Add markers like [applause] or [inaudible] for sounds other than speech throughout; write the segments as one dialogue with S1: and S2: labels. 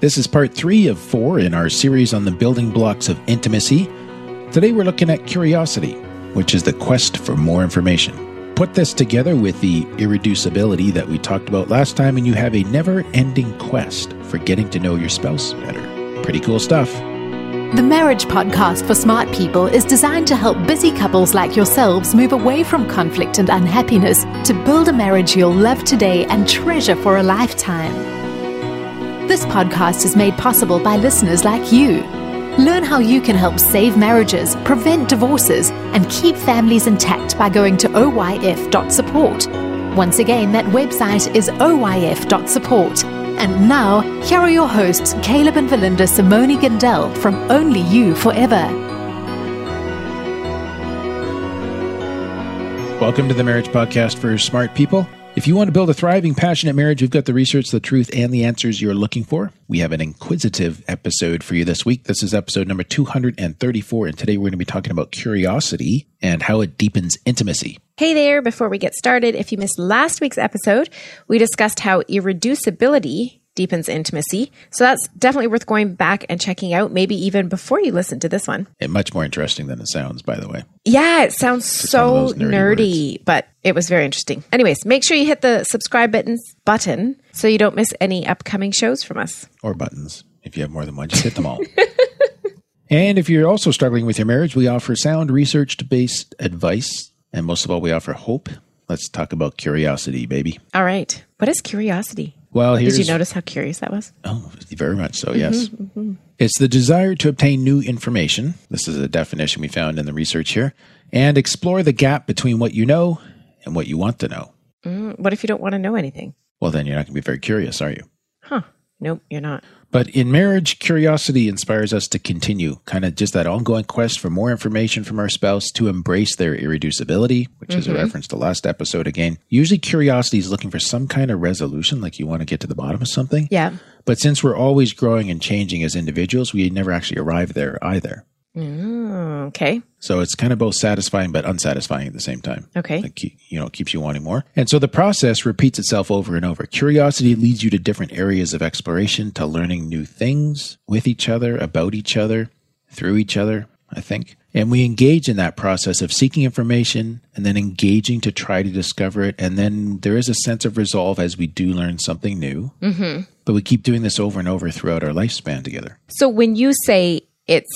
S1: This is part three of four in our series on the building blocks of intimacy. Today we're looking at curiosity, which is the quest for more information. Put this together with the irreducibility that we talked about last time, and you have a never ending quest for getting to know your spouse better. Pretty cool stuff.
S2: The Marriage Podcast for Smart People is designed to help busy couples like yourselves move away from conflict and unhappiness to build a marriage you'll love today and treasure for a lifetime. This podcast is made possible by listeners like you. Learn how you can help save marriages, prevent divorces, and keep families intact by going to oyf.support. Once again, that website is oyf.support. And now, here are your hosts, Caleb and Valinda Simone Gindel from Only You Forever.
S1: Welcome to the Marriage Podcast for Smart People. If you want to build a thriving, passionate marriage, we've got the research, the truth, and the answers you're looking for. We have an inquisitive episode for you this week. This is episode number 234, and today we're going to be talking about curiosity and how it deepens intimacy.
S3: Hey there, before we get started, if you missed last week's episode, we discussed how irreducibility deepens intimacy. So that's definitely worth going back and checking out, maybe even before you listen to this one.
S1: And much more interesting than it sounds, by the way.
S3: Yeah, it sounds
S1: some of
S3: so
S1: those nerdy
S3: nerdy, but it was very interesting. Anyways, make sure you hit the subscribe buttons button so you don't miss any upcoming shows from us.
S1: Or buttons. If you have more than one, just hit
S3: [laughs]
S1: them all. and if you're also struggling with your marriage, we offer sound research based advice. And most of all, we offer hope. Let's talk about curiosity, baby.
S3: All right. What is curiosity?
S1: Well, here's
S3: Did you notice how curious that was?
S1: Oh, very much so, yes. It's the desire to obtain new information. This is a definition we found in the research here. And explore the gap between what you know and what you want to know.
S3: Mm, What if you don't want to know anything?
S1: Well, then you're not going to be very curious, are you?
S3: Huh. Nope, you're not.
S1: But in marriage, curiosity inspires us to continue, kind of just that ongoing quest for more information from our spouse to embrace their irreducibility, which is a reference to last episode again. Usually, curiosity is looking for some kind of resolution, like you want to get to the bottom of something.
S3: Yeah.
S1: But since we're always growing and changing as individuals, we never actually arrive there either.
S3: Mm, okay.
S1: So it's kind of both satisfying but unsatisfying at the same time.
S3: Okay.
S1: Like, keep- you know, it keeps you wanting more. And so the process repeats itself over and over. Curiosity leads you to different areas of exploration, to learning new things with each other, about each other, through each other, I think. And we engage in that process of seeking information and then engaging to try to discover it. And then there is a sense of resolve as we do learn something new. Mm-hmm. But we keep doing this over and over throughout our lifespan together.
S3: So when you say it's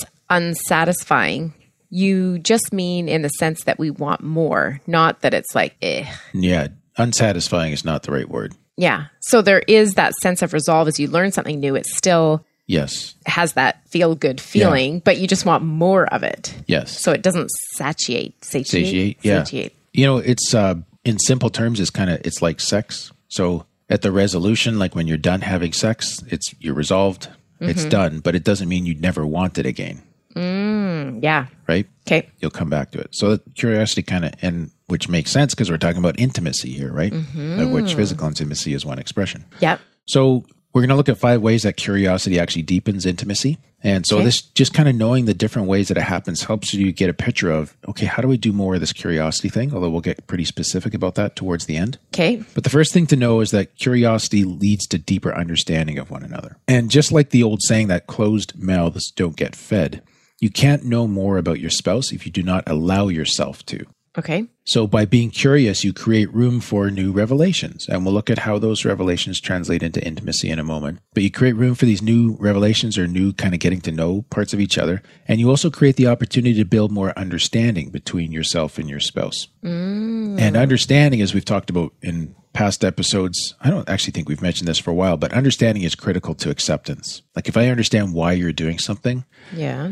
S3: unsatisfying, you just mean in the sense that we want more, not that it's like, eh.
S1: Yeah, unsatisfying is not the right word.
S3: Yeah. So there is that sense of resolve as you learn something new. It still
S1: Yes,
S3: has that feel good feeling, but you just want more of it.
S1: yes.
S3: So it doesn't satiate, satiate,
S1: satiate. Yeah.
S3: satiate.
S1: You know, it's uh, in simple terms, it's kind of it's like sex. So at the resolution, like when you're done having sex, it's you're resolved, it's done, but it doesn't mean you'd never want it again,
S3: Yeah.
S1: right?
S3: Okay.
S1: You'll come back to it. So that curiosity kind of and which makes sense because we're talking about intimacy here, right? Of which physical intimacy is one expression.
S3: Yep.
S1: So we're going to look at five ways that curiosity actually deepens intimacy. And so this just kind of knowing the different ways that it happens helps you get a picture of, okay, how do we do more of this curiosity thing? Although we'll get pretty specific about that towards the end.
S3: Okay.
S1: But the first thing to know is that curiosity leads to deeper understanding of one another. And just like the old saying that closed mouths don't get fed, you can't know more about your spouse if you do not allow yourself to.
S3: Okay.
S1: So, by being curious, you create room for new revelations. And we'll look at how those revelations translate into intimacy in a moment. But you create room for these new revelations or new kind of getting to know parts of each other. And you also create the opportunity to build more understanding between yourself and your spouse. And understanding, as we've talked about in past episodes, I don't actually think we've mentioned this for a while, but understanding is critical to acceptance. Like, if I understand why you're doing something,
S3: Yeah.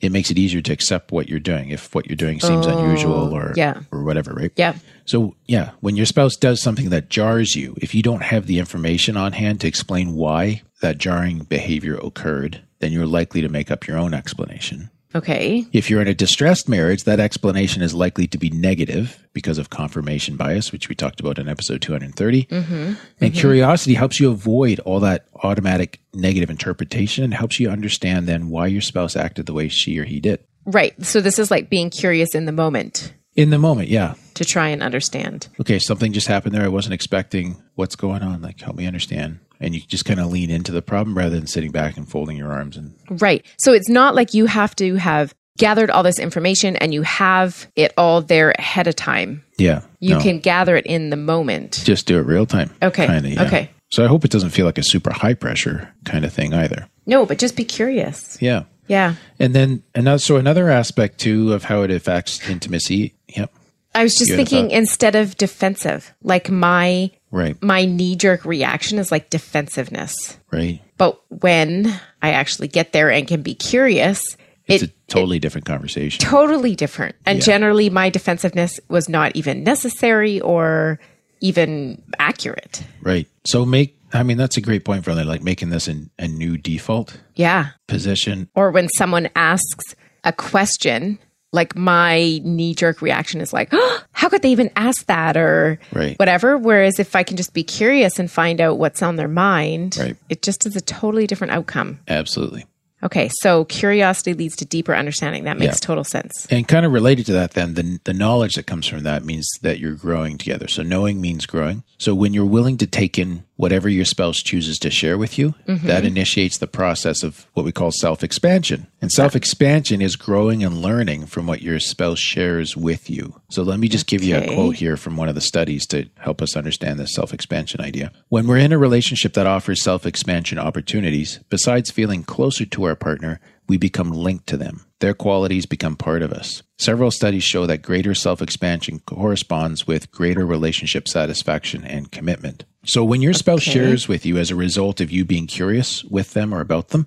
S1: it makes it easier to accept what you're doing if what you're doing seems unusual or
S3: yeah.
S1: or whatever, right?
S3: Yeah.
S1: So yeah, when your spouse does something that jars you, if you don't have the information on hand to explain why that jarring behavior occurred, then you're likely to make up your own explanation.
S3: Okay.
S1: If you're in a distressed marriage, that explanation is likely to be negative because of confirmation bias, which we talked about in episode 230. And curiosity helps you avoid all that automatic negative interpretation and helps you understand then why your spouse acted the way she or he did.
S3: Right. So this is like being curious in the moment.
S1: In the moment, yeah.
S3: to try and understand.
S1: okay, something just happened there. I wasn't expecting. What's going on? Like, help me understand. And you just kind of lean into the problem rather than sitting back and folding your arms. And
S3: Right. So it's not like you have to have gathered all this information and you have it all there ahead of time.
S1: yeah,
S3: You
S1: no.
S3: can gather it in the moment.
S1: just do it real time.
S3: Okay,
S1: Kinda, yeah.
S3: okay.
S1: So I hope it doesn't feel like a super high pressure kind of thing either.
S3: No, but just be curious.
S1: Yeah.
S3: Yeah.
S1: And then another, so another aspect too of how it affects intimacy. Yep.
S3: I was just
S1: You had a
S3: thinking
S1: thought?
S3: instead of defensive, like my
S1: Right.
S3: my knee jerk reaction is like defensiveness.
S1: Right.
S3: But when I actually get there and can be curious,
S1: It's
S3: it
S1: a totally different conversation.
S3: totally different. And generally my defensiveness was not even necessary or even accurate.
S1: right. So make, I mean, that's a great point, brother. Like making this an, a new default
S3: Yeah.
S1: position.
S3: Or when someone asks a question, like my knee jerk reaction is like, oh, how could they even ask that or
S1: Right.
S3: whatever? Whereas if I can just be curious and find out what's on their mind,
S1: Right.
S3: it just is a totally different outcome.
S1: Absolutely.
S3: Okay. So curiosity leads to deeper understanding. That makes
S1: Yeah.
S3: total sense.
S1: And kind of related to that, then the, the knowledge that comes from that means that you're growing together. So knowing means growing. So when you're willing to take in whatever your spouse chooses to share with you, that initiates the process of what we call self expansion. And self expansion is growing and learning from what your spouse shares with you. So let me just give you a
S3: Okay.
S1: quote here from one of the studies to help us understand this self expansion idea. When we're in a relationship that offers self expansion opportunities, besides feeling closer to our partner, we become linked to them. Their qualities become part of us. Several studies show that greater self expansion corresponds with greater relationship satisfaction and commitment. So, when your spouse shares with you as a result of you being curious with them or about them,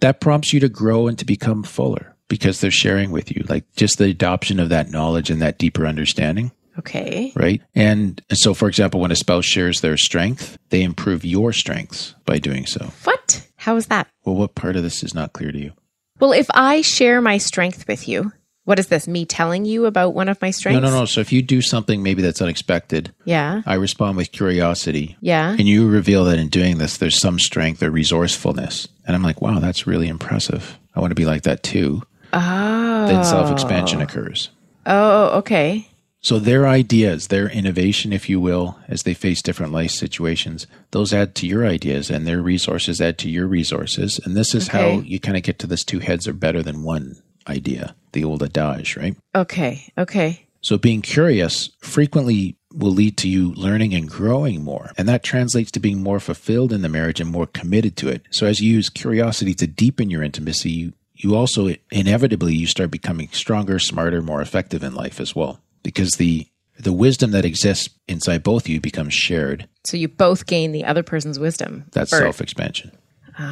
S1: that prompts you to grow and to become fuller because they're sharing with you. Like just the adoption of that knowledge and that deeper understanding
S3: Okay.
S1: right? And so, for example, when a spouse shares their strength, they improve your strengths by doing so.
S3: What? How is that?
S1: Well, what part of this is not clear to you?
S3: Well, if I share my strength with you, what is this? Me telling you about one of my
S1: No,
S3: strengths?
S1: no, no. So, if you do something maybe that's unexpected,
S3: Yeah.
S1: I respond with curiosity.
S3: Yeah.
S1: And you reveal that in doing this, there's some strength or resourcefulness. And I'm like, wow, that's really impressive. I want to be like that too.
S3: Oh.
S1: Then self expansion occurs.
S3: Oh, okay.
S1: So their ideas, their innovation, if you will, as they face different life situations, those add to your ideas and their resources add to your resources. And this is how
S3: Okay.
S1: you kind of get to this two heads are better than one idea, the old adage, right?
S3: Okay. Okay.
S1: So being curious frequently will lead to you learning and growing more. And that translates to being more fulfilled in the marriage and more committed to it. So as you use curiosity to deepen your intimacy, you, you also inevitably you start becoming stronger, smarter, more effective in life as well. Because the the wisdom that exists inside both of you becomes shared.
S3: So you both gain the other person's wisdom.
S1: That's
S3: Or-
S1: self expansion.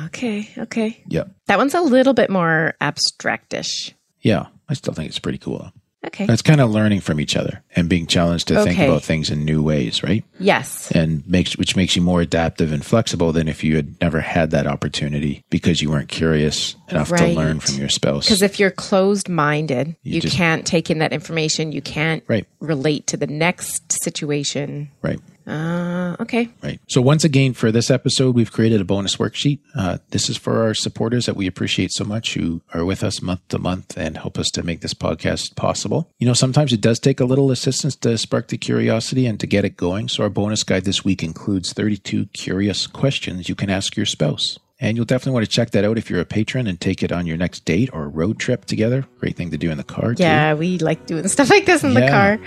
S3: Okay. Okay.
S1: Yeah.
S3: That one's a little bit more abstractish.
S1: Yeah. I still think it's pretty cool.
S3: Okay.
S1: That's kind of learning from each other and being challenged to think
S3: Okay.
S1: about things in new ways, right?
S3: yes.
S1: and makes which makes you more adaptive and flexible than if you had never had that opportunity because you weren't curious enough to
S3: Right.
S1: learn from your spouse.
S3: Because if you're closed minded, you,
S1: just-
S3: can't take in that information. You can't
S1: Right.
S3: relate to the next situation.
S1: Right.
S3: Uh, okay.
S1: Right. So once again, for this episode, we've created a bonus worksheet. Uh, this is for our supporters that we appreciate so much who are with us month to month and help us to make this podcast possible. You know, sometimes it does take a little assistance to spark the curiosity and to get it going. So our bonus guide this week includes 32 curious questions you can ask your spouse. And you'll definitely want to check that out if you're a patron and take it on your next date or road trip together. Great thing to do in the car. too.
S3: Yeah, we like doing [laughs] stuff like this in the
S1: Yeah.
S3: car.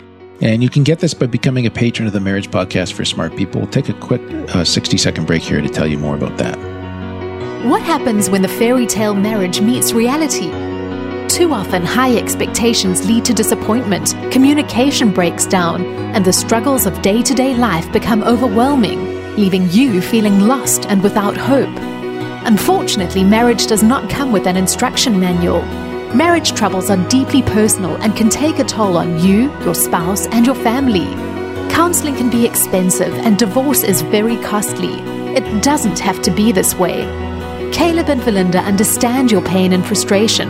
S1: And you can get this by becoming a patron of the Marriage Podcast for Smart People. We'll take a quick uh, 60 second break here to tell you more about that.
S2: What happens when the fairy tale marriage meets reality? Too often, high expectations lead to disappointment, communication breaks down, and the struggles of day to day life become overwhelming, leaving you feeling lost and without hope. Unfortunately, marriage does not come with an instruction manual. Marriage troubles are deeply personal and can take a toll on you, your spouse, and your family. Counseling can be expensive and divorce is very costly. It doesn't have to be this way. Caleb and Valinda understand your pain and frustration.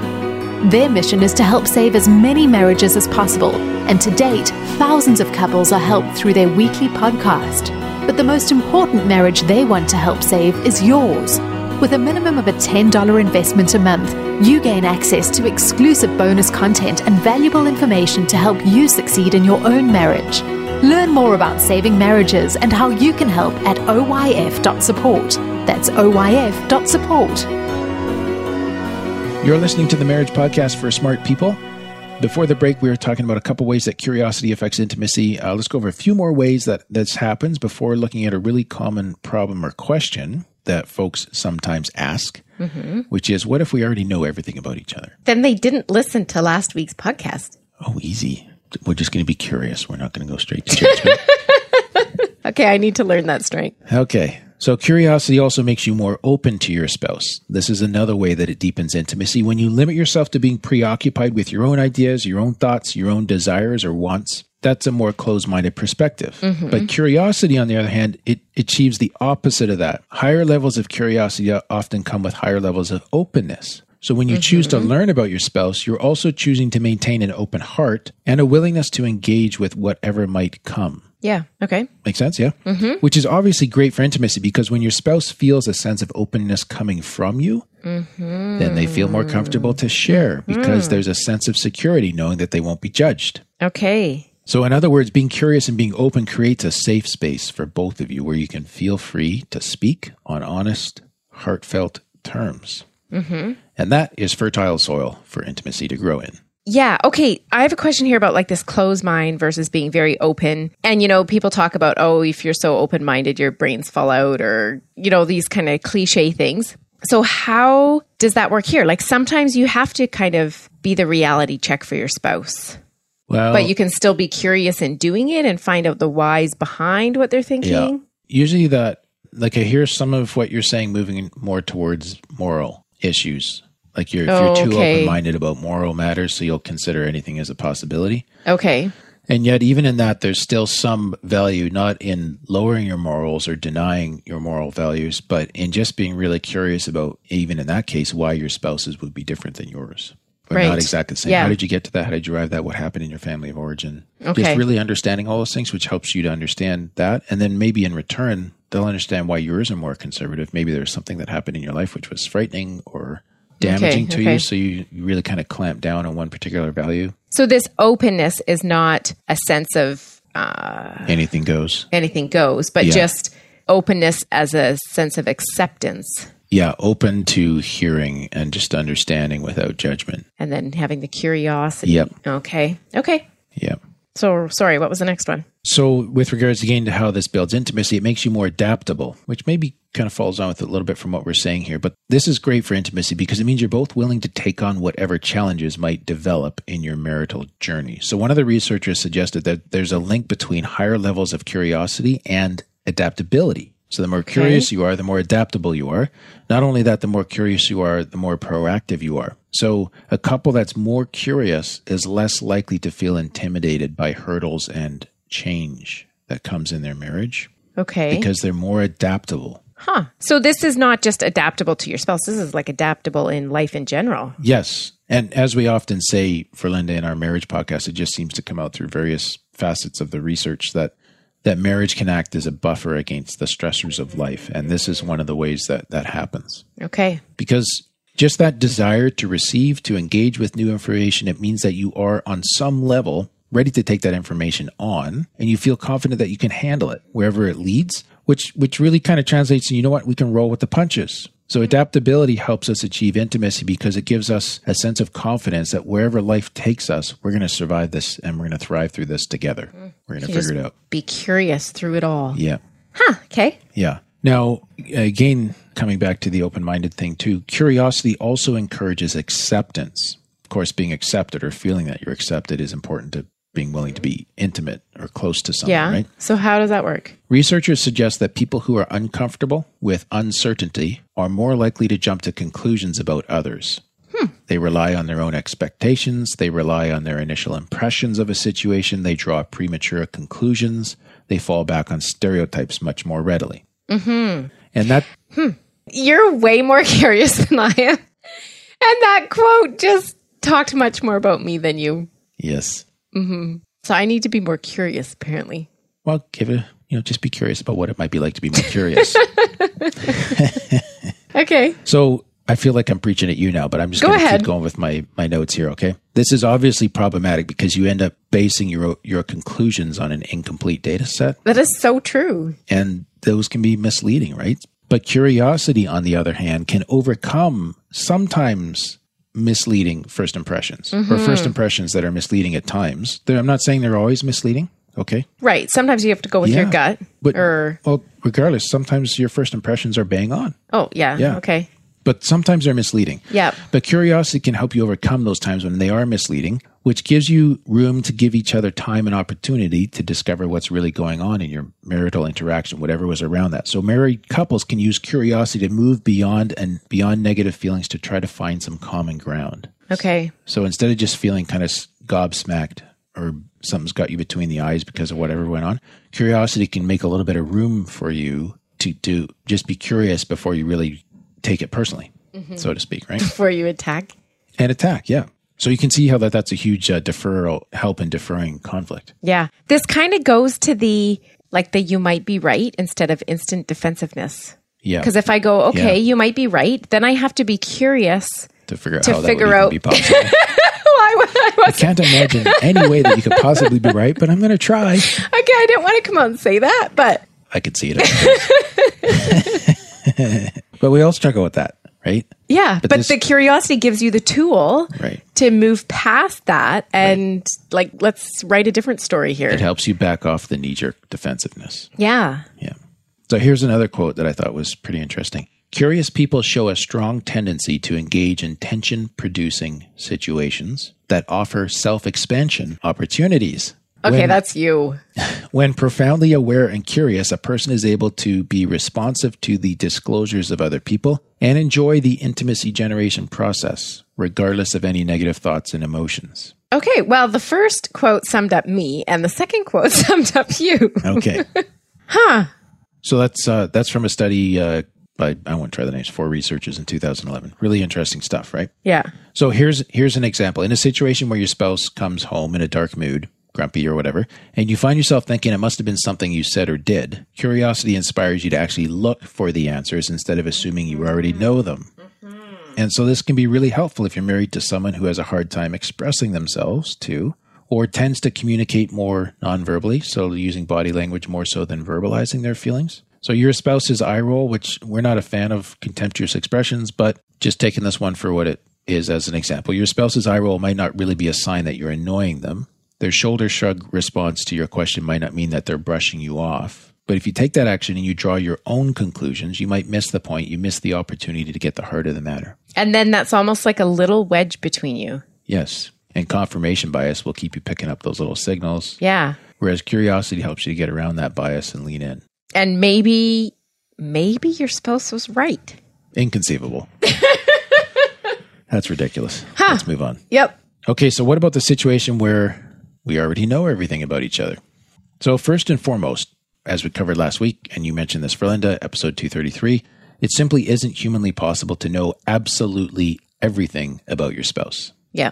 S2: Their mission is to help save as many marriages as possible, and to date, thousands of couples are helped through their weekly podcast. But the most important marriage they want to help save is yours. With a minimum of a $10 investment a month, you gain access to exclusive bonus content and valuable information to help you succeed in your own marriage. Learn more about saving marriages and how you can help at oyf.support. That's oyf.support.
S1: You're listening to the Marriage Podcast for Smart People. Before the break, we were talking about a couple ways that curiosity affects intimacy. Uh, let's go over a few more ways that this happens before looking at a really common problem or question that folks sometimes ask, which is what if we already know everything about each other?
S3: Then they didn't listen to last week's podcast.
S1: Oh, easy. We're just going to be curious. We're not going to go straight to judgment.
S3: Okay, I need to learn that strength.
S1: Okay. So curiosity also makes you more open to your spouse. This is another way that it deepens intimacy. When you limit yourself to being preoccupied with your own ideas, your own thoughts, your own desires or wants, that's a more closed-minded perspective. But curiosity on the other hand, it achieves the opposite of that. Higher levels of curiosity often come with higher levels of openness. So when you choose to learn about your spouse, you're also choosing to maintain an open heart and a willingness to engage with whatever might come.
S3: Yeah. Okay.
S1: Make sense, yeah.
S3: Mm-hmm.
S1: Which is obviously great for intimacy because when your spouse feels a sense of openness coming from you,
S3: Mm-hmm.
S1: then they feel more comfortable to share because there's a sense of security knowing that they won't be judged.
S3: Okay.
S1: So, in other words, being curious and being open creates a safe space for both of you where you can feel free to speak on honest, heartfelt terms.
S3: Mm-hmm.
S1: And that is fertile soil for intimacy to grow in.
S3: Yeah. Okay. I have a question here about like this closed mind versus being very open. And, you know, people talk about, oh, if you're so open minded, your brains fall out or, you know, these kind of cliche things. So, how does that work here? Like, sometimes you have to kind of be the reality check for your spouse,
S1: Well,
S3: but you can still be curious in doing it and find out the whys behind what they're thinking.
S1: Yeah. Usually that like I hear some of what you're saying moving in more towards moral issues. Like you're if you're too
S3: Okay.
S1: open minded about moral matters, so you'll consider anything as a possibility.
S3: Okay.
S1: And yet even in that there's still some value not in lowering your morals or denying your moral values, but in just being really curious about even in that case why your spouses would be different than yours. Or
S3: Right.
S1: not exactly the same.
S3: Yeah.
S1: How did you get to that? How did you arrive at that? What happened in your family of origin?
S3: Okay.
S1: Just really understanding all those things, which helps you to understand that. And then maybe in return, they'll understand why yours are more conservative. Maybe there's something that happened in your life which was frightening or damaging to
S3: okay.
S1: you. So you, you really kind of clamp down on one particular value.
S3: So, this openness is not a sense of
S1: Anything goes.
S3: anything goes, but
S1: Yeah.
S3: just openness as a sense of acceptance
S1: Yeah. Open to hearing and just understanding without judgment.
S3: and then having the curiosity.
S1: Yep.
S3: Okay. Okay.
S1: Yeah.
S3: So, sorry, what was the next one?
S1: So, with regards again to how this builds intimacy, it makes you more adaptable, which maybe kind of falls on with a little bit from what we're saying here. But this is great for intimacy because it means you're both willing to take on whatever challenges might develop in your marital journey. So, one of the researchers suggested that there's a link between higher levels of curiosity and adaptability. So, the more curious you are, the more adaptable you are. Not only that, the more curious you are, the more proactive you are. So, a couple that's more curious is less likely to feel intimidated by hurdles and change that comes in their marriage
S3: Okay.
S1: because they're more adaptable.
S3: huh. So, this is not just adaptable to your spouse. This is like adaptable in life in general.
S1: Yes. And as we often say for Linda in our marriage podcast, it just seems to come out through various facets of the research that that marriage can act as a buffer against the stressors of life. And this is one of the ways that that happens.
S3: Okay.
S1: because just that desire to receive, to engage with new information, it means that you are on some level ready to take that information on and you feel confident that you can handle it wherever it leads, which which really kind of translates to you know what, we can roll with the punches. So adaptability helps us achieve intimacy because it gives us a sense of confidence that wherever life takes us, we're going to survive this and we're going to thrive through this together. We're going to
S3: Just
S1: figure it out.
S3: Be curious through it all.
S1: Yeah.
S3: Huh. Okay.
S1: Yeah. Now, again, coming back to the open minded thing too, curiosity also encourages acceptance. Of course, being accepted or feeling that you're accepted is important to being willing to be intimate or close to someone,
S3: Yeah.
S1: right?
S3: So, how does that work?
S1: Researchers suggest that people who are uncomfortable with uncertainty are more likely to jump to conclusions about others. They rely on their own expectations, they rely on their initial impressions of a situation, they draw premature conclusions, they fall back on stereotypes much more readily. Mm-hmm. And that
S3: You're way more [laughs] curious than I am. And that quote just talked much more about me than you.
S1: Yes.
S3: So, I need to be more curious, apparently.
S1: Well, give it, a- you know, just be curious about what it might be like to be more curious.
S3: Okay.
S1: So I feel like I'm preaching at you now, but I'm just
S3: Go
S1: going to keep
S3: ahead.
S1: going with my, my notes here, okay? This is obviously problematic because you end up basing your your conclusions on an incomplete data set,
S3: That is so true.
S1: and those can be misleading, right? But curiosity, on the other hand, can overcome sometimes misleading first impressions or
S3: Mm-hmm.
S1: first impressions that are misleading at times. They're, I'm not saying they're always misleading, okay?
S3: Right. Sometimes you have to go with your gut.
S1: But,
S3: or
S1: well, regardless, sometimes your first impressions are bang on.
S3: oh yeah.
S1: Yeah.
S3: Okay.
S1: but sometimes they're misleading.
S3: Yep.
S1: But curiosity can help you overcome those times when they are misleading, which gives you room to give each other time and opportunity to discover what's really going on in your marital interaction, whatever was around that. So married couples can use curiosity to move beyond and beyond negative feelings to try to find some common ground.
S3: Okay.
S1: So instead of just feeling kind of s- gobsmacked or something's got you between the eyes because of whatever went on, curiosity can make a little bit of room for you to do just be curious before you really take it personally,
S3: Mm-hmm.
S1: so to speak, right?
S3: Before you attack.
S1: and attack, yeah. So you can see how that that's a huge uh, deferral help in deferring conflict.
S3: Yeah. This kind of goes to the like the you might be right instead of instant defensiveness.
S1: Yeah,
S3: Because if I go, okay,
S1: Yeah.
S3: you might be right, then I have to be curious.
S1: to figure out
S3: to
S1: how that
S3: figure
S1: would even
S3: out-
S1: be possible.
S3: [laughs] Why would Oh, I
S1: I can't imagine any way that you could possibly be right, but I'm going to try.
S3: Okay, I didn't want to come out and say that, but
S1: I could see it.
S3: [laughs]
S1: [laughs] but we all struggle with that, right?
S3: yeah, but,
S1: this-
S3: the curiosity gives you the tool
S1: Right.
S3: to move past that and like let's write a different story here.
S1: It helps you back off the knee jerk defensiveness.
S3: Yeah.
S1: Yeah. So here's another quote that I thought was pretty interesting. Curious people show a strong tendency to engage in tension producing situations that offer self expansion opportunities.
S3: Okay,
S1: when,
S3: that's you.
S1: when profoundly aware and curious, a person is able to be responsive to the disclosures of other people and enjoy the intimacy generation process, regardless of any negative thoughts and emotions.
S3: Okay, well, the first quote summed up me and the second quote [laughs] summed up you.
S1: Okay. huh. So that's uh, that's from a study uh, by I won't try the names four researchers in 2011. Really interesting stuff, right?
S3: Yeah.
S1: So here's here's an example. In a situation where your spouse comes home in a dark mood, grumpy or whatever, and you find yourself thinking it must have been something you said or did. Curiosity inspires you to actually look for the answers instead of assuming you already know them. And so this can be really helpful if you're married to someone who has a hard time expressing themselves to or tends to communicate more nonverbally, so using body language more so than verbalizing their feelings. So your spouse's eye roll, which we're not a fan of contemptuous expressions, but just taking this one for what it is as an example, your spouse's eye roll might not really be a sign that you're annoying them. Their shoulder shrug response to your question might not mean that they're brushing you off. But if you take that action and you draw your own conclusions, you might miss the point. You miss the opportunity to get the heart of the matter.
S3: And then that's almost like a little wedge between you.
S1: Yes. And confirmation bias will keep you picking up those little signals,
S3: Yeah.
S1: whereas curiosity helps you to get around that bias and lean in.
S3: And maybe maybe your spouse was right.
S1: Inconceivable. That's ridiculous. Let's move on.
S3: Yep.
S1: Okay, so what about the situation where we already know everything about each other? So, first and foremost, as we covered last week, and you mentioned this for Linda, episode 233, it simply isn't humanly possible to know absolutely everything about your spouse.
S3: Yeah.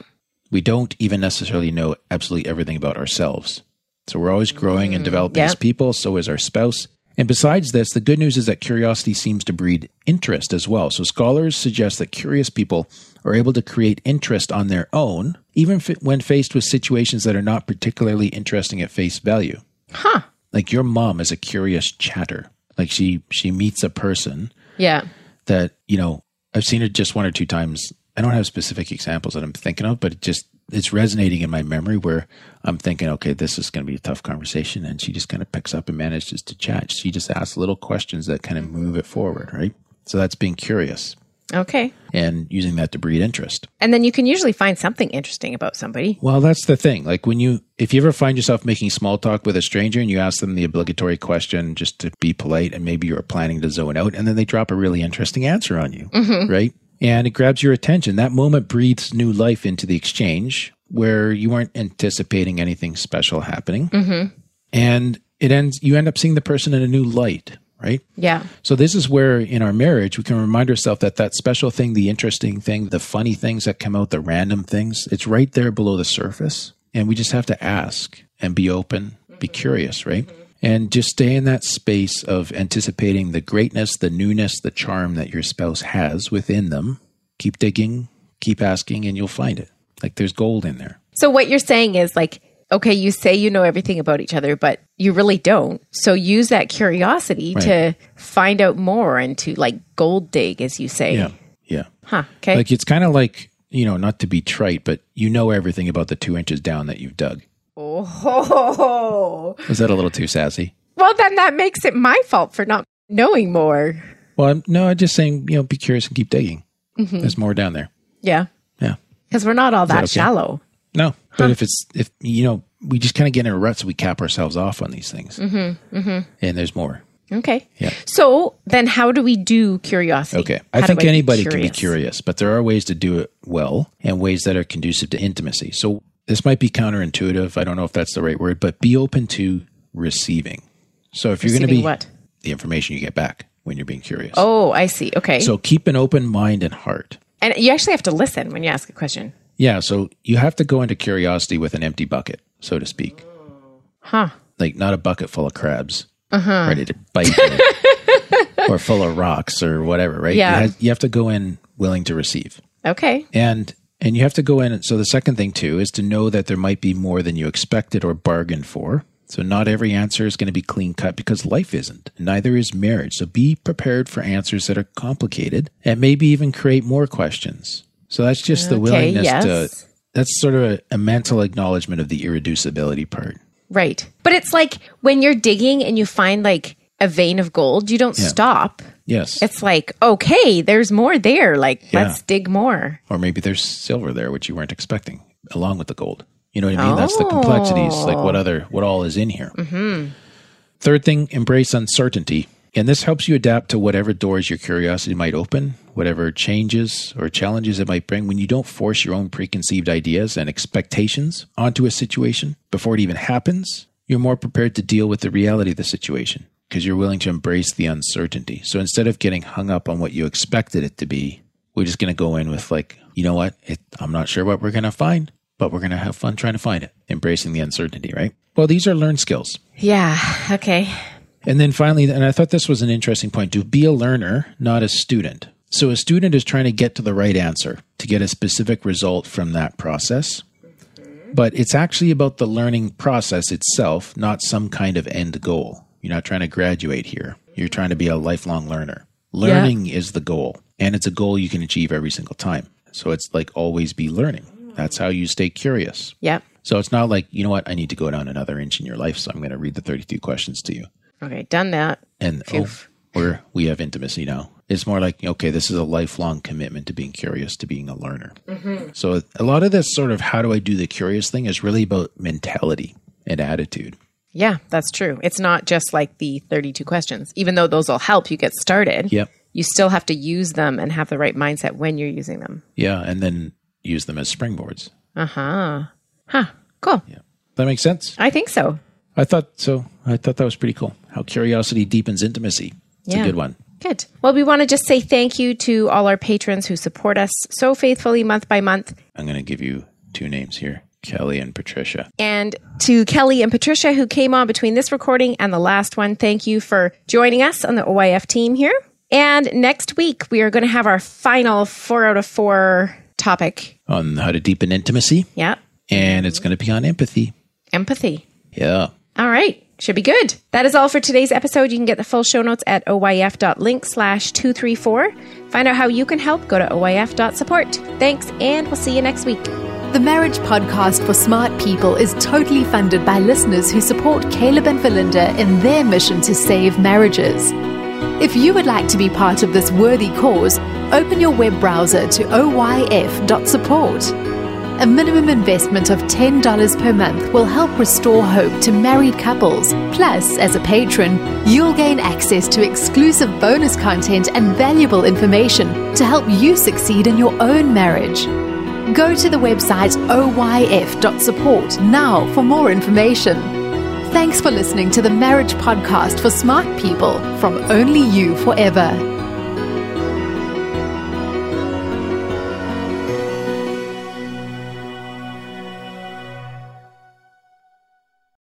S1: we don't even necessarily know absolutely everything about ourselves. So we're always growing and developing
S3: yeah.
S1: as people, so is our spouse. And besides this, the good news is that curiosity seems to breed interest as well. So scholars suggest that curious people are able to create interest on their own, even f- when faced with situations that are not particularly interesting at face value.
S3: Huh.
S1: Like your mom is a curious chatter. Like she she meets a person
S3: Yeah.
S1: that you know i've seen it just one or two times i don't have specific examples that i'm thinking of but it just it's resonating in my memory where i'm thinking okay this is going to be a tough conversation and she just kind of picks up and manages to chat she just asks little questions that kind of move it forward right so that's being curious
S3: Okay.
S1: and using that to breed interest
S3: And then you can usually find something interesting about somebody.
S1: well that's the thing like when you if you ever find yourself making small talk with a stranger and you ask them the obligatory question just to be polite and maybe you're planning to zone out and then they drop a really interesting answer on you right? And it grabs your attention. That moment breathes new life into the exchange where you weren't anticipating anything special happening. And it ends, you end up seeing the person in a new light, right?
S3: Yeah.
S1: So this is where in our marriage we can remind ourselves that that special thing, the interesting thing, the funny things that come out, the random things, it's right there below the surface, and we just have to ask and be open, be curious, right? And just stay in that space of anticipating the greatness, the newness, the charm that your spouse has within them. Keep digging, keep asking, and you'll find it. Like there's gold in there.
S3: So what you're saying is like, okay, you say you know everything about each other, but you really don't. So use that curiosity to find out more and to like gold dig, as you say.
S1: Yeah. Yeah.
S3: Huh. Okay.
S1: Like it's kind of like, you know, not to be trite, but you know everything about the two inches down that you've dug.
S3: oh. [laughs]
S1: Is that a little too sassy?
S3: Well, then that makes it my fault for not knowing more.
S1: Well, I'm, no, I'm just saying, you know, be curious and keep digging.
S3: Mm-hmm.
S1: There's more down there.
S3: Yeah.
S1: Yeah.
S3: Because we're not all that,
S1: okay?
S3: shallow.
S1: No, but if it's if you know we just kind of get in a rut, so we cap ourselves off on these things, mm-hmm, and there's more.
S3: Okay. Yeah. So then how do we do curiosity?
S1: Okay,
S3: How
S1: I
S3: do
S1: think
S3: be
S1: anybody can be curious, but there are ways to do it well and ways that are conducive to intimacy. So this might be counterintuitive. I don't know if that's the right word, but be open to receiving. So if you're going to
S3: Receiving
S1: be
S3: what?
S1: the information you get back when you're being curious.
S3: Oh, I see. Okay.
S1: So keep an open mind and heart.
S3: and you actually have to listen when you ask a question.
S1: Yeah, so you have to go into curiosity with an empty bucket, so to speak.
S3: Huh.
S1: Like not a bucket full of crabs ready to bite you, or full of rocks or whatever, right?
S3: Yeah.
S1: You, have, you have to go in willing to receive.
S3: Okay.
S1: And and you have to go in so the second thing too is to know that there might be more than you expected or bargained for. So not every answer is going to be clean cut because life isn't. Neither is marriage. So be prepared for answers that are complicated and maybe even create more questions. So that's just the willingness
S3: yes.
S1: to that's sort of a, a mental acknowledgement of the irreducibility part.
S3: Right. But it's like when you're digging and you find like a vein of gold, you don't stop.
S1: Yes.
S3: It's like, okay, there's more there. Like,
S1: Yeah.
S3: let's dig more.
S1: or maybe there's silver there which you weren't expecting along with the gold you know what i mean that's the complexities like what
S3: Oh.
S1: other what all is in here mm-hmm. third thing embrace uncertainty and this helps you adapt to whatever doors your curiosity might open whatever changes or challenges it might bring when you don't force your own preconceived ideas and expectations onto a situation before it even happens you're more prepared to deal with the reality of the situation because you're willing to embrace the uncertainty. So instead of getting hung up on what you expected it to be, we're just going to go in with like, you know what? It, I'm not sure what we're going to find, but we're going to have fun trying to find it, embracing the uncertainty, right? Well, these are learned skills.
S3: Yeah. Okay.
S1: And then finally, and I thought this was an interesting point to be a learner, not a student. So a student is trying to get to the right answer to get a specific result from that process. But it's actually about the learning process itself, not some kind of end goal. You're not trying to graduate here. You're trying to be a lifelong learner. Learning is the goal, and it's a goal you can achieve every single time. So it's like always be learning. That's how you stay curious.
S3: Yep.
S1: So it's not like, you know what, I need to go down another inch in your life, so I'm going to read the 32 questions to you
S3: Okay. Done that.
S1: and oh, we're we have intimacy now. It's more like okay, this is a lifelong commitment to being curious, to being a learner. So a lot of this sort of how do I do the curious thing is really about mentality and attitude.
S3: Yeah. That's true. It's not just like the 32 questions, even though those will help you get started.
S1: Yep.
S3: You still have to use them and have the right mindset when you're using them.
S1: Yeah, and then use them as springboards.
S3: Uh huh. Huh. Cool.
S1: That makes sense.
S3: I think so.
S1: I thought so. I thought that was pretty cool. How curiosity deepens intimacy. It's
S3: Yeah.
S1: a good one.
S3: Good. Well, we want to just say thank you to all our patrons who support us so faithfully month by month.
S1: I'm going to give you two names here, Kelly and Patricia.
S3: And to Kelly and Patricia, who came on between this recording and the last one, thank you for joining us on the OIF team here. And next week, we are going to have our final four out of four topic.
S1: On how to deepen intimacy,
S3: Yeah,
S1: and it's going to be on empathy.
S3: empathy.
S1: Yeah.
S3: All right. Should be good. That is all for today's episode. You can get the full show notes at oyf.link slash 234. Find out how you can help. Go to oyf.support. Thanks, and we'll see you next week.
S2: The Marriage Podcast for Smart People is totally funded by listeners who support Caleb and Valinda in their mission to save marriages. If you would like to be part of this worthy cause, open your web browser to oyf.support. A minimum investment of $10 per month will help restore hope to married couples. Plus, as a patron, you'll gain access to exclusive bonus content and valuable information to help you succeed in your own marriage. Go to the website oyf.support now for more information. Thanks for listening to the Marriage Podcast for Smart People from Only You Forever.